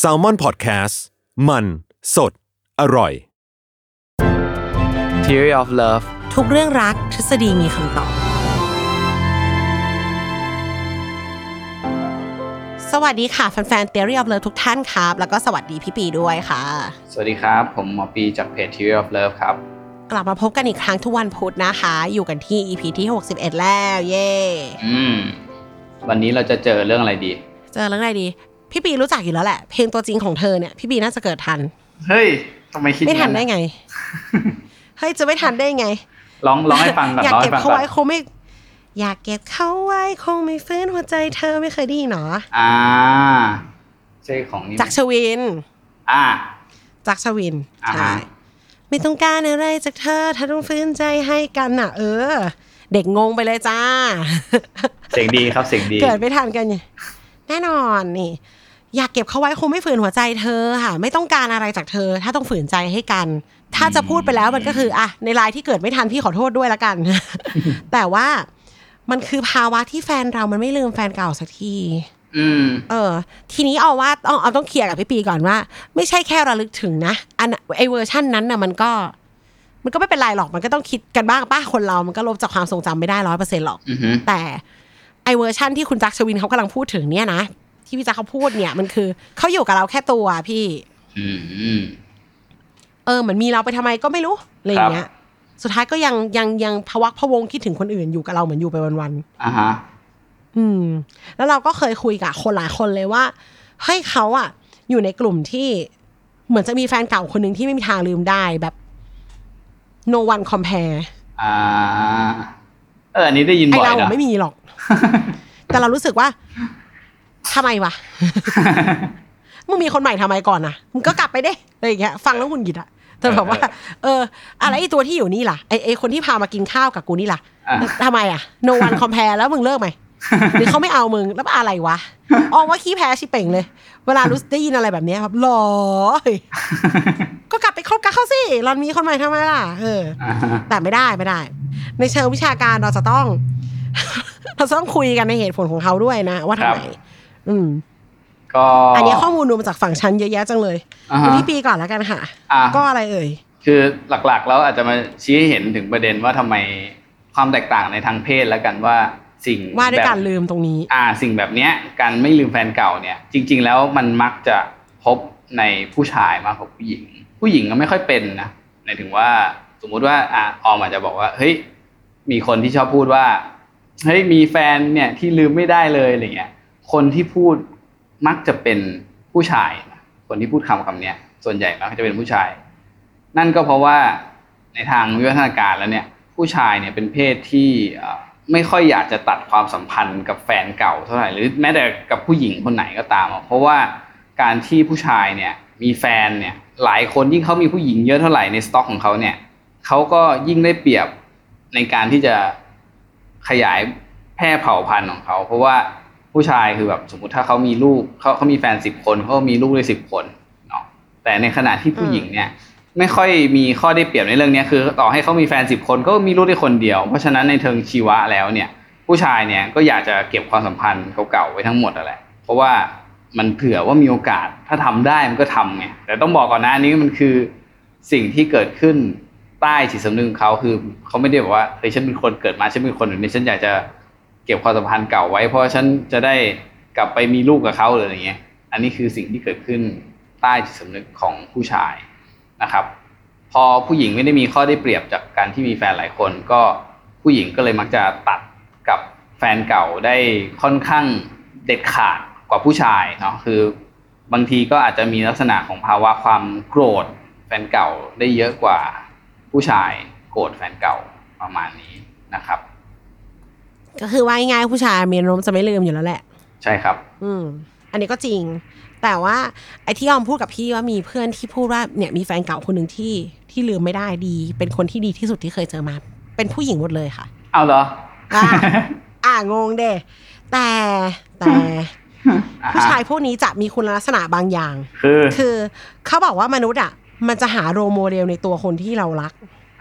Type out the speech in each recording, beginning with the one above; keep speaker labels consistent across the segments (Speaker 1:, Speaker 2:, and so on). Speaker 1: s a l ม o n PODCAST มันสดอร่อย
Speaker 2: Theory of Love
Speaker 3: ทุกเรื่องรักทฤษฎีมีคำตอบ สวัสดีค่ะ แฟนๆ Theory of Love ทุกท่านครับ แล้วก็สวัสดีพี่ปีด้วยค่ะ
Speaker 2: สวัสดีครับ ผมหมอปีจากเพจ Theory of Love ครับ
Speaker 3: กลับมาพบกันอีกครั้งทุกวันพุธนะคะ อยู่กันที่ EP ที่ 61 แล้ว เย่
Speaker 2: อืม วันนี้เราจะเจอเรื่องอะไรดี
Speaker 3: เจอเรื่องอะไรดี พี่ปีรู้จักอยู่แล้วแหละ เพลงตัวจริงของเธอเนี่ยพี่ปีน่าจะเกิดทัน
Speaker 2: เฮ้ย ทำไมคิด
Speaker 3: ไม่ทันได้ไง เฮ้ย จะไม่ทันได้ไง
Speaker 2: ร้องร้องให้ฟังก่อน
Speaker 3: อยาก
Speaker 2: ร้อง
Speaker 3: เก็
Speaker 2: ให้ฟัง
Speaker 3: บเขา
Speaker 2: ก่อ
Speaker 3: ไว้
Speaker 2: น
Speaker 3: คงไม่ อยากเก็บเขาไว้คงไม่ฟื้นหัวใจเธอไม่เคยได้ยินหรอ
Speaker 2: อ่าใช่ของนี่ไหม
Speaker 3: จักรชวิน
Speaker 2: อ่า
Speaker 3: จักรชวิน
Speaker 2: อ่าฮะ
Speaker 3: ใช่ไม่ต้องการอะไรจากเธอเธอต้องฟื้นใจให้กันน่ะ เออ เด็กงงไปเลย จ้า
Speaker 2: เสียงดีครับเสียงดี
Speaker 3: เกิดไม่ทันกันเนี่ยแน่นอนนี่ อยากเก็บเขาไว้คงไม่ฝืนหัวใจเธอค่ะ ไม่ต้องการอะไรจากเธอ ถ้าต้องฝืนใจให้กัน ถ้าจะพูดไปแล้วมันก็คืออ่ะในไลน์ที่เกิดไม่ทันพี่ขอโทษด้วยละ กัน แต่ว่ามันคือภาวะที่แฟนเรามันไม่ลืมแฟนเก่าสักที
Speaker 2: อืม
Speaker 3: เออทีนี้เอาว่าต้องเอาต้องเคลียร์กับพี่ปีก่อนว่า ไม่ใช่แค่ระลึกถึงนะอันไอเวอร์ชั่นนั้นน่ะมันก็ มันก็ไม่เป็นไรหรอกมันก็ต้องคิดกันบ้างป้าคนเรา มันก็ลบจากความทรงจำไม่ได้ร้อยเปอร์เซ็นต์หรอก
Speaker 2: อือหือ
Speaker 3: แต่ไอเวอร์ชั่นที่คุณจักรชวินเขากำลังพูดถึงเนี่ยนะ ที่พี่จักรเขาพูดเนี่ยมันคือเขาอยู่กับเราแค่ตัวพี่
Speaker 2: อืมอืม
Speaker 3: เออเหมือนมีเราไปทำไมก็ไม่รู้อะไรอย่างเงี้ย สุดท้ายก็ยังยังยังพะวักพะวงคิดถึงคนอื่นอยู่กับเราเหมือนอยู่ไปวันๆ
Speaker 2: อ่าฮะ
Speaker 3: อืมแล้วเราก็เคยคุยกับคนหลายคนเลยว่าเฮ้ยเขาอะอยู่ในกลุ่มที่เหมือนจะมีแฟนเก่าคนหนึ่งที่ไม่มีทางลืมได้แบบ no one compare
Speaker 2: อ่า เออ อันนี้ได้ยิน
Speaker 3: ไอ
Speaker 2: บ่อย
Speaker 3: เรา
Speaker 2: นะ
Speaker 3: อะไม่มี หรอก แต่เรารู้สึกว่าทำไม วะ มึงมีคนใหม่ทำไมก่อนนะมึงก็กลับไปเด้อะไรอย่างเงี้ยฟังแล้วหงุนหงิดอะแต่แบบว่า เออ อะไรไอตัวที่อยู่นี่ล่ะไอไอคนที่พามากินข้าวกับกูนี่ล่ะ
Speaker 2: อ่ะ
Speaker 3: ทำไมอะ no one compare แล้วมึงเลิกไหม หรือเขาไม่เอามึงแล้วอะไรวะออว่าขี้แพ้ชิเป่งเลย เวลารู้ได้ยินอะไรแบบเนี้ยครับหรอ ก็กลับไปคบกับเขาสิรอนมีคนใหม่ทำไมล่ะเออ
Speaker 2: อ่าฮะ
Speaker 3: แต่ไม่ได้ไม่ได้ ในเชิงวิชาการเราจะต้อง เราจะต้องคุยกันในเหตุผลของเขาด้วยนะ ว่าทำไมอืม
Speaker 2: ก็
Speaker 3: อันนี้ข้อมูลดูมาจากฝั่งชั้นเยอะแยะจังเลย
Speaker 2: อ่า
Speaker 3: ดู
Speaker 2: ฮะ
Speaker 3: พี่ปีก่อนแล้วกันค่ะ
Speaker 2: อ่ะ
Speaker 3: ก็อะไรเอ่ย
Speaker 2: คือหลักๆ แล้วอาจจะมาชี้ให้เห็นถึงประเด็นว่าทำไมความแตกต่างในทางเพศแล้วกันว่าสิ่ง
Speaker 3: ว่าด้วย
Speaker 2: แบบ
Speaker 3: การลืมตรงนี้
Speaker 2: อ่าสิ่งแบบเนี้ยการไม่ลืมแฟนเก่าเนี่ย จริง ๆ แล้วมันมักจะพบในผู้ชายมากกว่าผู้หญิง ผู้หญิงก็ไม่ค่อยเป็นนะหมายถึงว่าสมมุติว่าอ่าออมอาจจะบอกว่าเฮ้ยมีคนที่ชอบพูดว่าเฮ้ยมีแฟนเนี่ยที่ลืมไม่ได้เลยอะไรเงี้ยคนที่พูดมักจะเป็นผู้ชายนะคนที่พูดคำคำเนี้ยส่วนใหญ่มักจะเป็นผู้ชาย นั่นก็เพราะว่าในทางวิวัฒนาการแล้วเนี่ย ผู้ชายเนี่ยเป็นเพศที่เอ่อไม่ค่อยอยากจะตัดความสัมพันธ์กับแฟนเก่าเท่าไหร่หรือแม้แต่กับผู้หญิงคนไหนก็ตามอะเพราะว่าการที่ผู้ชายเนี่ยมีแฟนเนี่ยหลายคนยิ่งเขามีผู้หญิงเยอะเท่าไหร่ในสต็อกของเขาเนี่ยเขาก็ยิ่งได้เปรียบในการที่จะขยายแพร่เผ่าพันธุ์ของเขา เพราะว่าผู้ชายคือแบบสมมติถ้าเขามีลูกเขาเขามีแฟนสิบคนเขาก็มีลูกได้สิบคนเนาะแต่ในขณะที่ผู้หญิงเนี่ย ไม่ค่อยมีข้อได้เปรียบในเรื่องเนี้ยคือ ต่อให้เขามีแฟนสิบคนก็มีลูกได้คนเดียว เพราะฉะนั้นในเทิงชีวะแล้วเนี่ย ผู้ชายเนี่ยก็อยากจะเก็บความสัมพันธ์เก่าๆไว้ทั้งหมดนั่นแหละเพราะว่ามันเผื่อว่ามีโอกาสถ้าทำได้มันก็ทำไงแต่ต้องบอกก่อนนะอันนี้มันคือสิ่งที่เกิดขึ้นใต้จิตสำนึกของเขาคือเขาไม่ได้บอกว่าเฮ้ยฉันเป็นคนเกิดมาฉันเป็นคนแบบนี้ฉันอยากจะเก็บความสัมพันธ์เก่าไว้ เพราะฉันจะได้กลับไปมีลูกกับเขาหรืออะไรเงี้ย อันนี้คือสิ่งที่เกิดขึ้นใต้จิตสำนึกของผู้ชาย นะครับพอผู้หญิงไม่ได้มีข้อได้เปรียบจากการที่มีแฟนหลายคน ก็ผู้หญิงก็เลยมักจะตัดกับแฟนเก่าได้ค่อนข้างเด็ดขาดกว่าผู้ชายเนาะคือบางทีก็อาจจะมีลักษณะของภาวะความโกรธแฟนเก่าได้เยอะกว่าผู้ชายโกรธแฟนเก่าประมาณนี้นะครับ
Speaker 3: ก็คือว่าง่ายๆผู้ชายมีอารมณ์จะไม่ลืมอยู่แล้วแหละ
Speaker 2: ใช่ครับ
Speaker 3: อืม อันนี้ก็จริง แต่ว่า ไอ้ที่ออมพูดกับพี่ว่ามีเพื่อนที่พูดว่าเนี่ยมีแฟนเก่าคนหนึ่งที่ที่ลืมไม่ได้ดี เป็นคนที่ดีที่สุดที่เคยเจอมา เป็นผู้หญิงหมดเลยค่ะ
Speaker 2: เอาเหรอ
Speaker 3: อ่ะ อ่างงเด้แต่แต่ ผู้ชายพวกนี้จะมีคุณลักษณะบางอย่าง
Speaker 2: คือ
Speaker 3: คือเขาบอกว่ามนุษย์อ่ะ มันจะหาโรลโมเดลในตัวคนที่เรารัก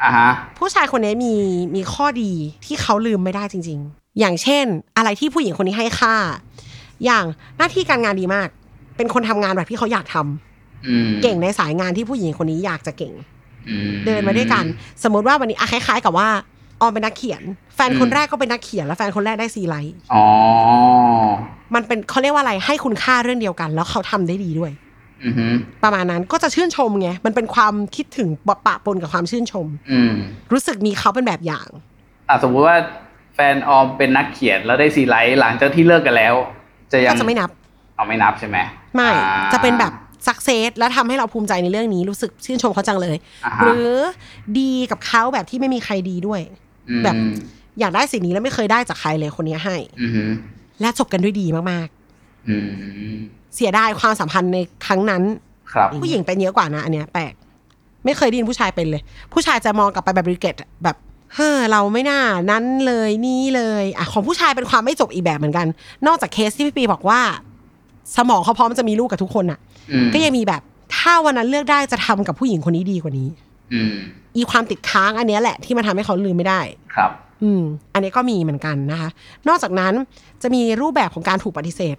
Speaker 2: อ่าฮะ
Speaker 3: ผู้ชายคนนี้มีมีข้อดีที่เขาลืมไม่ได้จริง ๆ อย่างเช่น อะไรที่ผู้หญิงคนนี้ให้ค่า อย่างหน้าที่การงานดีมาก เป็นคนทำงานแบบที่เขาอยากทำ
Speaker 2: อืม
Speaker 3: เก่งในสายงานที่ผู้หญิงคนนี้อยากจะเก่ง
Speaker 2: อืม
Speaker 3: เดินมาด้วยกัน สมมติว่าวันนี้อะคล้ายๆ กับว่าออมเป็นนักเขียน แฟนคน
Speaker 2: อืม
Speaker 3: แรกก็เป็นนักเขียน แล้วแฟนคนแรกได้ซีไลท์
Speaker 2: อ๋อ
Speaker 3: มันเป็นเขาเรียกว่าอะไรให้คุณค่าเรื่องเดียวกัน แล้วเขาทำได้ดีด้วย
Speaker 2: อือหือ
Speaker 3: ประมาณนั้นก็จะชื่นชมไงมันเป็นความคิดถึงปะปะปนกับความชื่นชม
Speaker 2: อืม
Speaker 3: รู้สึกมีเขาเป็นแบบอย่าง
Speaker 2: อ่ะสมมุติว่าแฟนออมเป็นนักเขียนแล้วได้ซีไลท์หลังจากที่เลิกกันแล้ว จะยัง
Speaker 3: ก็จะไม่นับ
Speaker 2: เอาไม่นับใช่ไหม
Speaker 3: ไม่
Speaker 2: อ่า
Speaker 3: จะเป็นแบบสักเซสแล้วทำให้เราภูมิใจในเรื่องนี้รู้สึกชื่นชมเขาจังเลย
Speaker 2: า
Speaker 3: ห
Speaker 2: ฮะ
Speaker 3: รือดีกับเขาแบบที่ไม่มีใครดีด้วย แบบ
Speaker 2: อืม
Speaker 3: อยากได้สิ่งนี้แล้วไม่เคยได้จากใครเลยคนนี้ให้
Speaker 2: อือหือ
Speaker 3: และจบกันด้วยดีมาก
Speaker 2: อืม
Speaker 3: ๆ เสียดายความสัมพันธ์ในครั้งนั้น
Speaker 2: ครับ
Speaker 3: ผู้หญิงเป็นเยอะกว่านะ อันเนี้ยแปลกไม่เคยได้ยินผู้ชายเป็นเลย ผู้ชายจะมองกลับไปแบบริเกตแบบเฮ้อเราไม่น่านั้นเลยนี่เลยอ่ะของผู้ชายเป็นความไม่จบอีกแบบเหมือนกัน นอกจากเคสที่พี่ปีบอกว่า สมองเขาพร้อมจะมีลูกกับทุกคนอ่ะ
Speaker 2: อืม
Speaker 3: ก็ยังมีแบบถ้าวันนั้นเลือกได้จะทำกับผู้หญิงคนนี้ดีกว่านี้
Speaker 2: อืม
Speaker 3: อีความติดค้างอันเนี้ยแหละที่มันทำให้เขาลืมไม่ได้
Speaker 2: ครับ
Speaker 3: อืม อันนี้ก็มีเหมือนกันนะคะ นอกจากนั้นจะมีรูปแบบของการถูกปฏิเสธ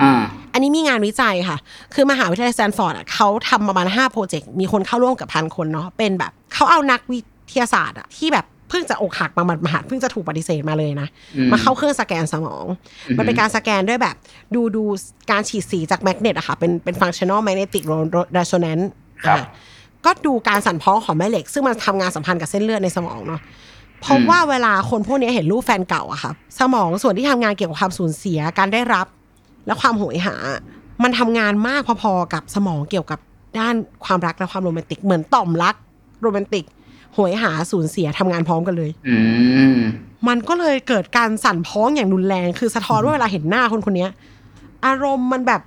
Speaker 2: อ่า
Speaker 3: อันนี้มีงานวิจัยค่ะ คือมหาวิทยาลัยแซนฟอร์ดอะเขาทำประมาณ5โปรเจกต์ มีคนเข้าร่วมกับพันคนเนาะ เป็นแบบเขาเอานักวิทยาศาสตร์อะที่แบบเพิ่งจะอกหักมาหมาดๆเพิ่งจะถูกปฏิเสธมาเลยนะ
Speaker 2: อื
Speaker 3: มาเข้าเครื่องสแกนสมอง
Speaker 2: อือหือ
Speaker 3: มันเป็นการสแกนด้วยแบบ ดูดูการฉีดสีจากแมกเนตอะค่ะ เป็นเป็นฟังชั่นอลแมกเนติกเรโซแนนซ์
Speaker 2: ครับ
Speaker 3: ก็ดูการสั่นพ้องของแม่เหล็ก ซึ่งมันทำงานสัมพันธ์กับเส้นเลือดในสมองเนาะเพราะว่าเวลาคนพวกนี้เห็นรูปแฟนเก่าอะค่ะสมองส่วนที่ทำงานเกี่ยวกับความสูญเสียการได้รับ และความโหยหา มันทำงานมากพอๆกับสมองเกี่ยวกับด้านความรักและความโรแมนติกเหมือนต่อมรักโรแมนติกโหยหาสูญเสียทำงานพร้อมกันเลย
Speaker 2: อืม
Speaker 3: มันก็เลยเกิดการสั่นพ้องอย่างรุนแรง คือสะท้อนว่าเวลาเห็นหน้าคนคนเนี้ย อารมณ์มันแบบ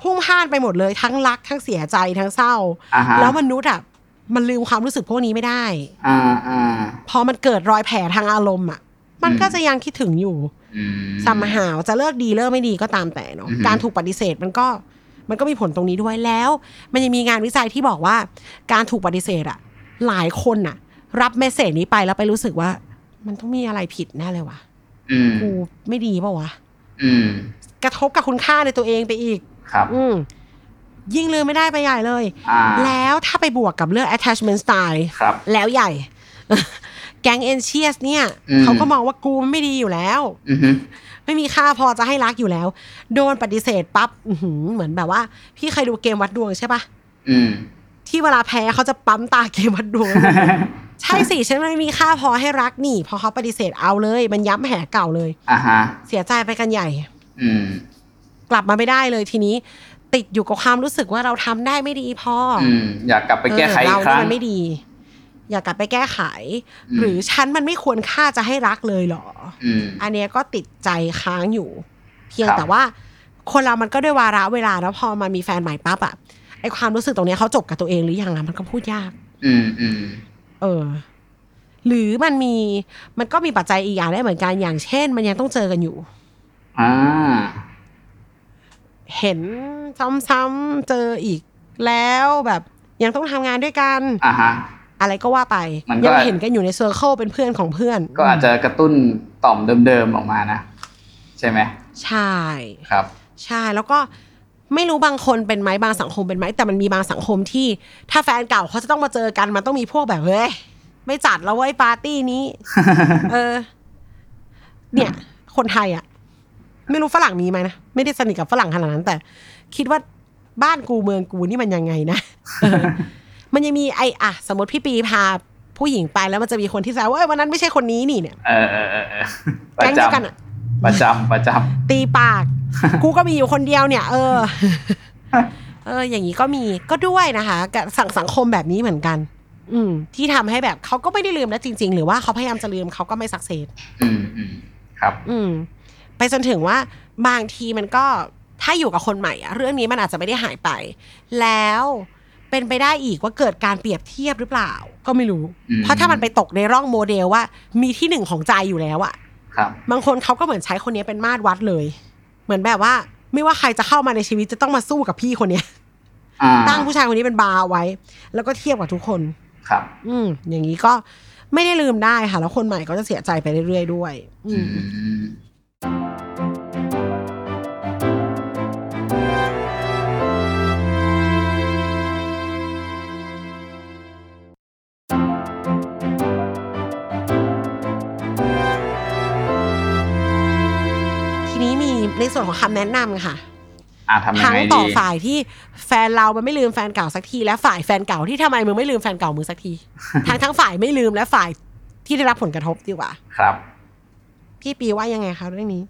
Speaker 3: พุ่งพล่านไปหมดเลยทั้งรักทั้งเสียใจทั้งเศร้า
Speaker 2: อ่าฮะ
Speaker 3: แล้วมนุษย์อ่ะมันลืมความรู้สึกพวกนี้ไม่ได้
Speaker 2: อ่าอ่า
Speaker 3: พอมันเกิดรอยแผลทางอารมณ์อ่ะ มันก็จะยังคิดถึงอยู่
Speaker 2: อืม
Speaker 3: สัมหาวจะเลิกดีเลิกไม่ดีก็ตามแต่เนาะ
Speaker 2: อือหือ
Speaker 3: การถูกปฏิเสธมันก็มันก็มีผลตรงนี้ด้วยแล้ว มันยังมีงานวิจัยที่บอกว่า การถูกปฏิเสธอ่ะ หลายคนอ่ะ รับเมสเซจนี้ไปแล้วไปรู้สึกว่า มันต้องมีอะไรผิดแน่เลยว่ะ
Speaker 2: อืม
Speaker 3: กูไม่ดีเปล่าวะ
Speaker 2: อืม
Speaker 3: กระทบกับคุณค่าในตัวเองไปอีก
Speaker 2: ครับ
Speaker 3: อืมยิ่งลืมไม่ได้ไปใหญ่เลย
Speaker 2: อ่า
Speaker 3: แล้วถ้าไปบวกกับเรื่อง attachment style
Speaker 2: ครับ
Speaker 3: แล้วใหญ่ แก๊งเอนเชียสเนี่ย
Speaker 2: อืม
Speaker 3: เขาก็มองว่ากูมันไม่ดีอยู่แล้ว
Speaker 2: อือหือ
Speaker 3: ไม่มีค่าพอจะให้รักอยู่แล้ว โดนปฏิเสธปั๊บอื้อหือเหมือนแบบว่า พี่เคยดูเกมวัดดวงใช่ปะ
Speaker 2: อืม
Speaker 3: ที่เวลาแพ้เขาจะปั๊มตาเกมวัดดวง ใช่สิฉันไม่มีค่าพอให้รักนี่ พอเขาปฏิเสธเอาเลย มันย้ำแผลเก่าเลย
Speaker 2: อ่าฮะ
Speaker 3: เสียใจไปกันใหญ่
Speaker 2: อืม
Speaker 3: กลับมาไม่ได้เลยทีนี้ ติดอยู่กับความรู้สึกว่าเราทำได้ไม่ดีพอ
Speaker 2: อืม อยากกลับไป
Speaker 3: เออ
Speaker 2: แก้ไขอี
Speaker 3: เรา
Speaker 2: กค
Speaker 3: นี่
Speaker 2: รั้ง
Speaker 3: มันไม่ดี อยากกลับไปแก้ไข
Speaker 2: อืม
Speaker 3: หรือฉันมันไม่ควรค่าจะให้รักเลยเหรอ
Speaker 2: อืม
Speaker 3: อันเนี้ยก็ติดใจค้างอยู่ เพียง
Speaker 2: ครับ
Speaker 3: แต่ว่า คนเรามันก็ด้วยวาระเวลาแล้วพอมันมีแฟนใหม่ปั๊บอะไอความรู้สึกตรงเนี้ยเขาจบกับตัวเองหรือยังอะมันก็พูดยาก
Speaker 2: อืมอืม
Speaker 3: เออ หรือมันมีมันก็มีปัจจัยอีกอย่างได้เหมือนกันอย่างเช่น มันยังต้องเจอกันอยู่
Speaker 2: อ่า
Speaker 3: เห็นซ้ำๆเจออีกแล้วแบบยังต้องทำงานด้วยกัน
Speaker 2: อ่าฮะ
Speaker 3: อะไรก็ว่าไป
Speaker 2: มันก็
Speaker 3: ยังเห็นกันอยู่ในเซอร์เคิลเป็นเพื่อนของเพื่อน
Speaker 2: ก็อาจจะกระตุ้นต่อมเดิมๆออกมานะ ใช่ไหม
Speaker 3: ใช่
Speaker 2: ครับ
Speaker 3: ใช่แล้วก็ไม่รู้บางคนเป็นไหมบางสังคมเป็นไหมแต่มันมีบางสังคมที่ ถ้าแฟนเก่าเขาจะต้องมาเจอกันมันต้องมีพวกแบบเฮ้ยไม่จัดแล้วเว้ยปาร์ตี้นี้ เออ เนี่ย คนไทยอะไม่รู้ฝรั่งมีไหมนะไม่ได้สนิทกับฝรั่งขนาดนั้น แต่คิดว่าบ้านกูเมืองกูนี่มันยังไงนะ เออมันยังมีไอ้อะสมมติพี่ปีพาผู้หญิงไปแล้วมันจะมีคนที่แซวว่าเอ้ยวันนั้นไม่ใช่คนนี้นี่เนี่ย
Speaker 2: เออเออเออเออประ
Speaker 3: แก๊งเดียวกัน
Speaker 2: จำ
Speaker 3: อะ
Speaker 2: ประจำประจ
Speaker 3: ตีปาก กูก็มีอยู่คนเดียวเนี่ย เออ เออ อย่างนี้ก็มีก็ด้วยนะคะกับสังสังคมแบบนี้เหมือนกัน อืม ที่ทำให้แบบเขาก็ไม่ได้ลืมแล้วจริง ๆ หรือว่าเขาพยายามจะลืมเขาก็ไม่สักเซส
Speaker 2: ำอืมอืมครับ
Speaker 3: อืมไปจนถึงว่าบางทีมันก็ถ้าอยู่กับคนใหม่อะเรื่องนี้มันอาจจะไม่ได้หายไป แล้วเป็นไปได้อีกว่าเกิดการเปรียบเทียบหรือเปล่า ก็ไม่รู้
Speaker 2: อืม
Speaker 3: เพราะถ้ามันไปตกในร่องโมเดลว่า มีที่หนึ่งของใจอยู่แล้วอะ
Speaker 2: ครับ
Speaker 3: บางคนเขาก็เหมือนใช้คนนี้เป็นมาตรวัดเลย เหมือนแบบว่า ไม่ว่าใครจะเข้ามาในชีวิตจะต้องมาสู้กับพี่คนเนี้ย
Speaker 2: อ่า
Speaker 3: ตั้งผู้ชายคนนี้เป็นบาร์เอาไว้ แล้วก็เทียบกับทุกคน
Speaker 2: ครับ
Speaker 3: อืม อย่างนี้ก็ไม่ได้ลืมได้ค่ะ แล้วคนใหม่ก็จะเสียใจไปเรื่อยๆด้วย อื
Speaker 2: อื
Speaker 3: ม
Speaker 2: ม
Speaker 3: ส่วนของคำแนะนำค่ะ
Speaker 2: อ่าทำยัง
Speaker 3: ทั้ง
Speaker 2: ไง
Speaker 3: ต่อ
Speaker 2: ดี
Speaker 3: ฝ่ายที่แฟนเรามันไม่ลืมแฟนเก่าสักที และฝ่ายแฟนเก่าที่ทำไมมึงไม่ลืมแฟนเก่ามึงสักที ทั้งทั้งฝ่ายไม่ลืมและฝ่ายที่ได้รับผลกระทบดีกว่า
Speaker 2: ครับ
Speaker 3: พี่ปีว่ายังไงคะเรื่องนี้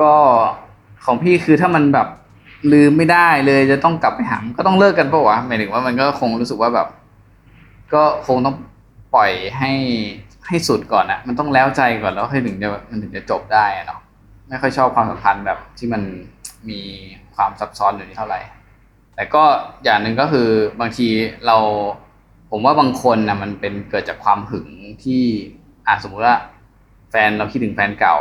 Speaker 2: ก็ของพี่คือถ้ามันแบบลืมไม่ได้เลยจะต้องกลับไปหามนก็ต้องเลิกกันปะวะหมายถึงว่ามันก็คงรู้สึกว่าแบบ ก็คงต้องปล่อยให้ให้สุดก่อนอะมันต้องแล้วใจก่อนแล้วค่อยถึงจะมันถึงจะจบได้อะเนาะไม่ค่อยชอบความสัมพันธ์แบบที่มันมีความซับซ้อนอยู่นี่เท่าไหร่ แต่ก็อย่างหนึ่งก็คือบางทีเรา ผมว่าบางคนนะมันเป็นเกิดจากความหึงที่อ่ะสมมุติว่า แฟนเราคิดถึงแฟนเก่า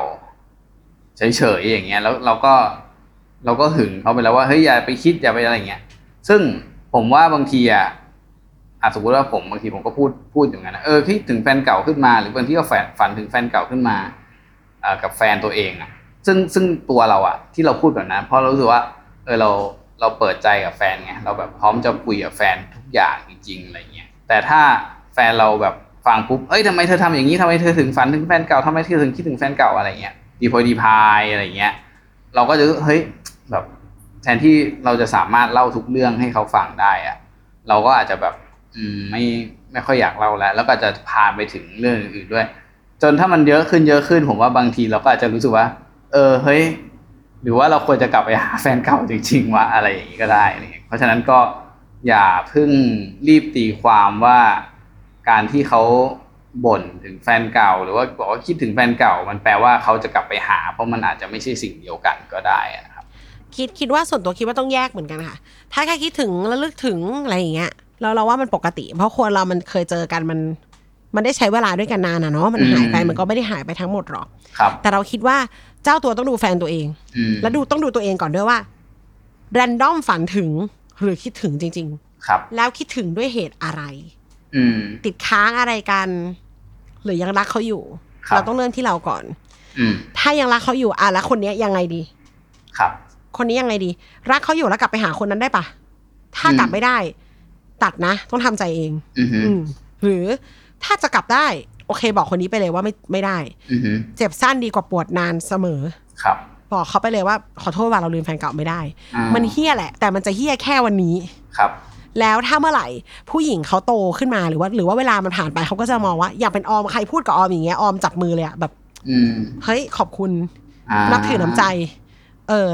Speaker 2: เฉยๆอย่างเงี้ยแล้วเราก็เราก็หึงเขาไปแล้วว่าเฮ้ยอย่าไปคิดอย่าไปอะไรอย่างเงี้ย ซึ่งผมว่าบางทีอ่ะอาสมมติว่าผมบางทีผมก็พูดพูดอย่างนั้นนะเออคิดถึงแฟนเก่าขึ้นมา หรือบางทีก็แฝฝันถึงแฟนเก่าขึ้นมาเอ่อกับแฟนตัวเองอ่ะ ซึ่งซึ่งตัวเราอ่ะ ที่เราพูดแบบนั้น เพราะเรารู้สึกว่า เออเราเราเปิดใจกับแฟนไงเราแบบพร้อมจะคุยกับแฟนทุกอย่างจริงๆอะไรเงี้ยแต่ถ้าแฟนเราแบบฟังปุ๊บเอ้ยทำไมเธอทำอย่างนี้ทำไมเธอถึงฝันถึงแฟนเก่าทำไมเธอถึงคิดถึงแฟนเก่าอะไรเงี้ยดีพอดีพายอะไรเงี้ย เราก็จะรู้เฮ้ยแบบแทนที่เราจะสามารถเล่าทุกเรื่องให้เขาฟังได้อะเราก็อาจจะแบบ อืมไม่ไม่ค่อยอยากเล่าแล้ว แล้วก็จะพาไปถึงเรื่องอื่นๆด้วย จนถ้ามันเยอะขึ้นเยอะขึ้น ผมว่าบางทีเราก็อาจจะรู้สึกว่า เออเฮ้ย หรือว่าเราควรจะกลับไปหาแฟนเก่าจริงๆวะอะไรอย่างนี้ก็ได้อะไรเงี้ยเพราะฉะนั้นก็อย่าเพิ่งรีบตีความว่าการที่เขาบ่นถึงแฟนเก่า หรือว่าบอกว่าคิดถึงแฟนเก่า มันแปลว่าเขาจะกลับไปหา เพราะมันอาจจะไม่ใช่สิ่งเดียวกันก็ได้อะนะครับ
Speaker 3: คิดคิดว่าส่วนตัวคิดว่าต้องแยกเหมือนกันค่ะ ถ้าแค่คิดถึงแล้วลึกถึงอะไรอย่างเงี้ยเราเราว่ามันปกติ เพราะคนเรามันเคยเจอกันมัน มันได้ใช้เวลาด้วยกันนานอะเนาะมันหายไป
Speaker 2: อืม
Speaker 3: มันก็ไม่ได้หายไปทั้งหมดหรอก
Speaker 2: ครับ
Speaker 3: แต่เราคิดว่าเจ้าตัวต้องดูแฟนตัวเอง
Speaker 2: อืม
Speaker 3: แล้วดูต้องดูตัวเองก่อนด้วยว่า แรนดอมฝันถึงหรือคิดถึงจริง
Speaker 2: ครับ
Speaker 3: ๆ แล้วคิดถึงด้วยเหตุอะไร
Speaker 2: อืม
Speaker 3: ติดค้างอะไรกัน หรือยังรักเขาอยู่
Speaker 2: ครับ
Speaker 3: เราต้องเริ่มที่เราก่อน
Speaker 2: อืม
Speaker 3: ถ้ายังรักเขาอยู่อ่ะแล้วคนเนี้ยยังไงดี
Speaker 2: ครับ
Speaker 3: คนนี้ยังไงดี รักเขาอยู่แล้วกลับไปหาคนนั้นได้ปะถ้า
Speaker 2: อืม
Speaker 3: กลับไม่ได้ ตัดนะ ต้องทำใจเอง
Speaker 2: อืมอหื
Speaker 3: อืมหรือถ้าจะกลับได้ โอเค บอกคนนี้ไปเลยว่าไม่ไม่ได้
Speaker 2: อหือ
Speaker 3: เจ็บสั้นดีกว่าปวดนานเสมอ
Speaker 2: ครับ
Speaker 3: บอกเขาไปเลยว่าขอโทษว่าเราลืมแฟนเก่าไม่ได้
Speaker 2: อ่า
Speaker 3: มันเฮี้ยแหละ แต่มันจะเฮี้ยแค่วันนี้
Speaker 2: ครับ
Speaker 3: แล้วถ้าเมื่อไหร่ผู้หญิงเขาโตขึ้นมาหรือว่า หรือว่าเวลามันผ่านไปเขาก็จะมองว่าอย่างเป็นออมใครพูดกับออมอย่างเงี้ยออมจับมือเลยอะแบบ
Speaker 2: อืม
Speaker 3: เฮ้ยขอบคุณ
Speaker 2: า
Speaker 3: นับถือน้ำใจ เออ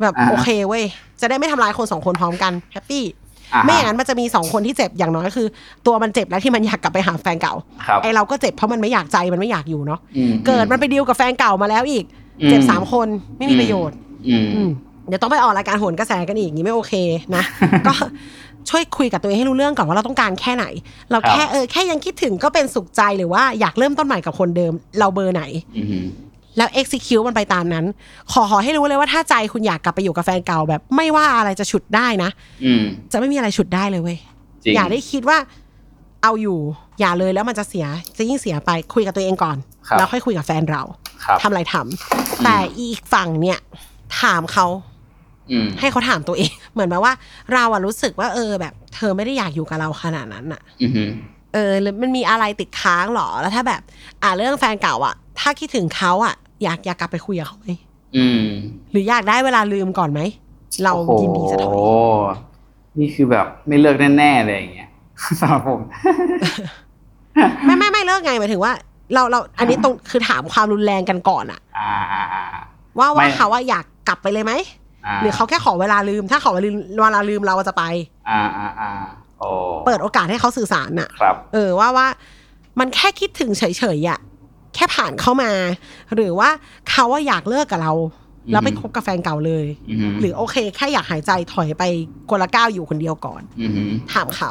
Speaker 3: แบบ
Speaker 2: อ่าฮะ
Speaker 3: โอเคเว้ย จะได้ไม่ทำร้ายคนสองคนพร้อมกันแฮปปี้
Speaker 2: อ่ฮะ
Speaker 3: ไม่อย่างนั้นมันจะมีสองคนที่เจ็บอย่างน้อยคือ ตัวมันเจ็บแล้วที่มันอยากกลับไปหาแฟนเก่า
Speaker 2: ครับ
Speaker 3: ไอเราก็เจ็บเพราะมันไม่อยากใจมันไม่อยากอยู่เนาะ
Speaker 2: อืม
Speaker 3: เกิดมันไปดีลกับแฟนเก่ามาแล้วอีก
Speaker 2: อื
Speaker 3: เจ็บสามคนไม่มีประโยชน์
Speaker 2: อืม
Speaker 3: อืมเดี๋ยวต้องไปออกรายการโหนกระแสกันอีกอย่างนี้ไม่โอเคนะ ก็ช่วยคุยกับตัวเองให้รู้เรื่องก่อนว่าเราต้องการแค่ไหน เรา
Speaker 2: ค
Speaker 3: แค่
Speaker 2: รับ
Speaker 3: เออแค่ยังคิดถึงก็เป็นสุขใจหรือว่าอยากเริ่มต้นใหม่กับคนเดิม เราเบอร์ไหน
Speaker 2: อืมอืม
Speaker 3: แล้ว execute มันไปตามนั้น ขอขอให้รู้เลยว่าถ้าใจคุณอยากกลับไปอยู่กับแฟนเก่าแบบ ไม่ว่าอะไรจะฉุดได้นะ
Speaker 2: อืม
Speaker 3: จะไม่มีอะไรฉุดได้เลยเว้ย
Speaker 2: จริง
Speaker 3: อย่าได้คิดว่า เอาอยู่ อย่าเลยแล้วมันจะเสีย จะยิ่งเสียไปคุยกับตัวเองก่อน
Speaker 2: ครับ
Speaker 3: แล้วค่อยคุยกับแฟนเรา
Speaker 2: ครับ
Speaker 3: ทำอะไรทำแต่อีกฝั่งเนี่ย ถามเขา
Speaker 2: อืม
Speaker 3: ให้เขาถามตัวเอง เหมือนแบบว่า เราอะรู้สึกว่าเออแบบ เธอไม่ได้อยากอยู่กับเราขนาดนั้นอะ
Speaker 2: อืม
Speaker 3: เออหรือมันมีอะไรติดค้างหรอ แล้วถ้าแบบ อ่าเรื่องแฟนเก่าอะถ้าคิดถึงเขาอะอยากอยากกลับไปคุยกับเขาไหม
Speaker 2: อืม
Speaker 3: หรืออยากได้เวลาลืมก่อนไหม เรายินดีจะถอย
Speaker 2: โโหนี่คือแบบไม่เลิกแน่ๆเลยอย่างเงี้ย สำหรับผม
Speaker 3: ไม่ไม่ไม่เลิกไงหมายถึงว่า เราเราอันนี้ตรงคือถามความรุนแรงกันก่อนอะ
Speaker 2: อ่าอ่าอ่า
Speaker 3: ว่าว่า
Speaker 2: ไม่
Speaker 3: เขาว่าอยากกลับไปเลยไหม
Speaker 2: อ่า
Speaker 3: หรือเขาแค่ขอเวลาลืม ถ้าขอเวลาลืมเวลาลืมเราจะไป
Speaker 2: อ่าอ่าอ่าโอ้
Speaker 3: เปิดโอกาสให้เขาสื่อสารน่ะ
Speaker 2: ครับ
Speaker 3: เออว่าว่ามันแค่คิดถึงเฉยๆอะแค่ผ่านเข้ามา หรือว่าเขาว่าอยากเลิกกับเรา แล้วไปคบกับแฟนเก่าเลย
Speaker 2: อืม
Speaker 3: หรือโอเคแค่อยากหายใจถอยไปคนละก้าวอยู่คนเดียวก่อน
Speaker 2: อืม
Speaker 3: ถามเขา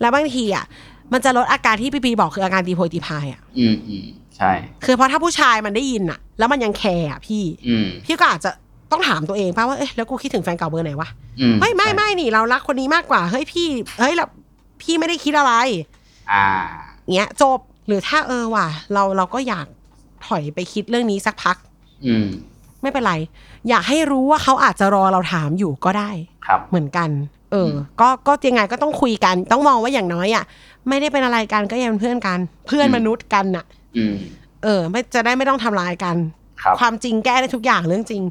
Speaker 3: แล้วบางทีอ่ะ มันจะลดอาการที่พี่ปีบอกคืออาการตีโพยตีพายอ่ะ
Speaker 2: อืมอืมใช่
Speaker 3: คือเพราะถ้าผู้ชายมันได้ยินอ่ะ แล้วมันยังแคร์อ่ะพี่
Speaker 2: อืม
Speaker 3: พี่ก็อาจจะต้องถามตัวเองป่ะว่า เอ๊ะแล้วกูคิดถึงแฟนเก่าเบอร์ไหนวะ
Speaker 2: อืม
Speaker 3: เฮ้ยไม่ไม่นี่เรารักคนนี้มากกว่า เฮ้ยพี่ เฮ้ยเราพี่ไม่ได้คิดอะไร
Speaker 2: อ่า
Speaker 3: เงี้ยจบ หรือถ้าเออว่ะเราเราก็อยากถอยไปคิดเรื่องนี้สักพัก
Speaker 2: อืม
Speaker 3: ไม่เป็นไร อยากให้รู้ว่าเขาอาจจะรอเราถามอยู่ก็ได้
Speaker 2: ครับ
Speaker 3: เหมือนกัน เอออ
Speaker 2: ม
Speaker 3: ก็ ก็ยังไงก็ต้องคุยกัน ต้องมองว่าอย่างน้อยอ่ะ ไม่ได้เป็นอะไรกันก็ยังเป็นเพื่อนกัน เพื่อนมนุษย์กันน่ะ
Speaker 2: อืม
Speaker 3: เออ ไม่ จะได้ไม่ต้องทำลายกัน
Speaker 2: ครับ
Speaker 3: ความจริงแก้ได้ทุกอย่างเรื่องจริง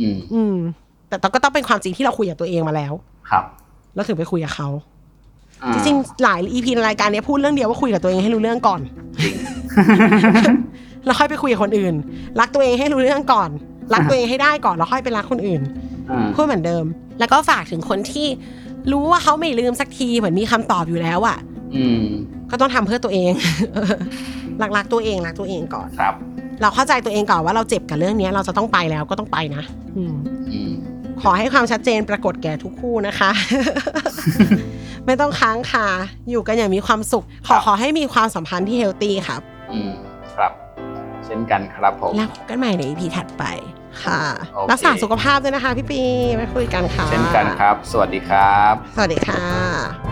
Speaker 2: อืม
Speaker 3: อืม แต่แต่ก็ต้องเป็นความจริงที่เราคุยกับตัวเองมาแล้ว
Speaker 2: ครับ
Speaker 3: แล้วถึงไปคุยกับเขา
Speaker 2: อ่า
Speaker 3: จริงๆ หลายอีพีในรายการเนี้ยพูดเรื่องเดียวว่าคุยกับตัวเองให้รู้เรื่อง ก่อน แล้วค่อยไปคุยกับคนอื่น รักตัวเองให้รู้เรื่องก่อน รักตัวเองให้ได้ก่อนแล้วค่อยไปรักคนอื่น
Speaker 2: อ่า
Speaker 3: พูดเหมือนเดิม แล้วก็ฝากถึงคนที่รู้ว่าเขาไม่ลืมสักทีเหมือนมีคำตอบอยู่แล้วอะ
Speaker 2: อืม
Speaker 3: ก็ต้องทำเพื่อตัวเอง รักๆตัวเองรักตัวเองก่อน
Speaker 2: ครับ
Speaker 3: เราเข้าใจตัวเองก่อนว่าเราเจ็บกับเรื่องเนี้ยเราจะต้องไปแล้วก็ต้องไปนะอืม
Speaker 2: อืม
Speaker 3: ขอให้ความชัดเจนปรากฏแก่ทุกคู่ นะคะ ไม่ต้องค้างคาอยู่กันอย่างมีความสุข ขอขอให้มีความสัมพันธ์ที่เฮลตี้ครับ
Speaker 2: อืมครับ เช่นกันครับผม
Speaker 3: แล้วพบกันใหม่ใน EP ถัดไปค่ะ
Speaker 2: โอเค
Speaker 3: รักษาสุขภาพด้วยนะคะพี่ปีไว้คุยกันค่ะ
Speaker 2: เช่นกันครับ สวัสดีครับ
Speaker 3: สวัสดีค่ะ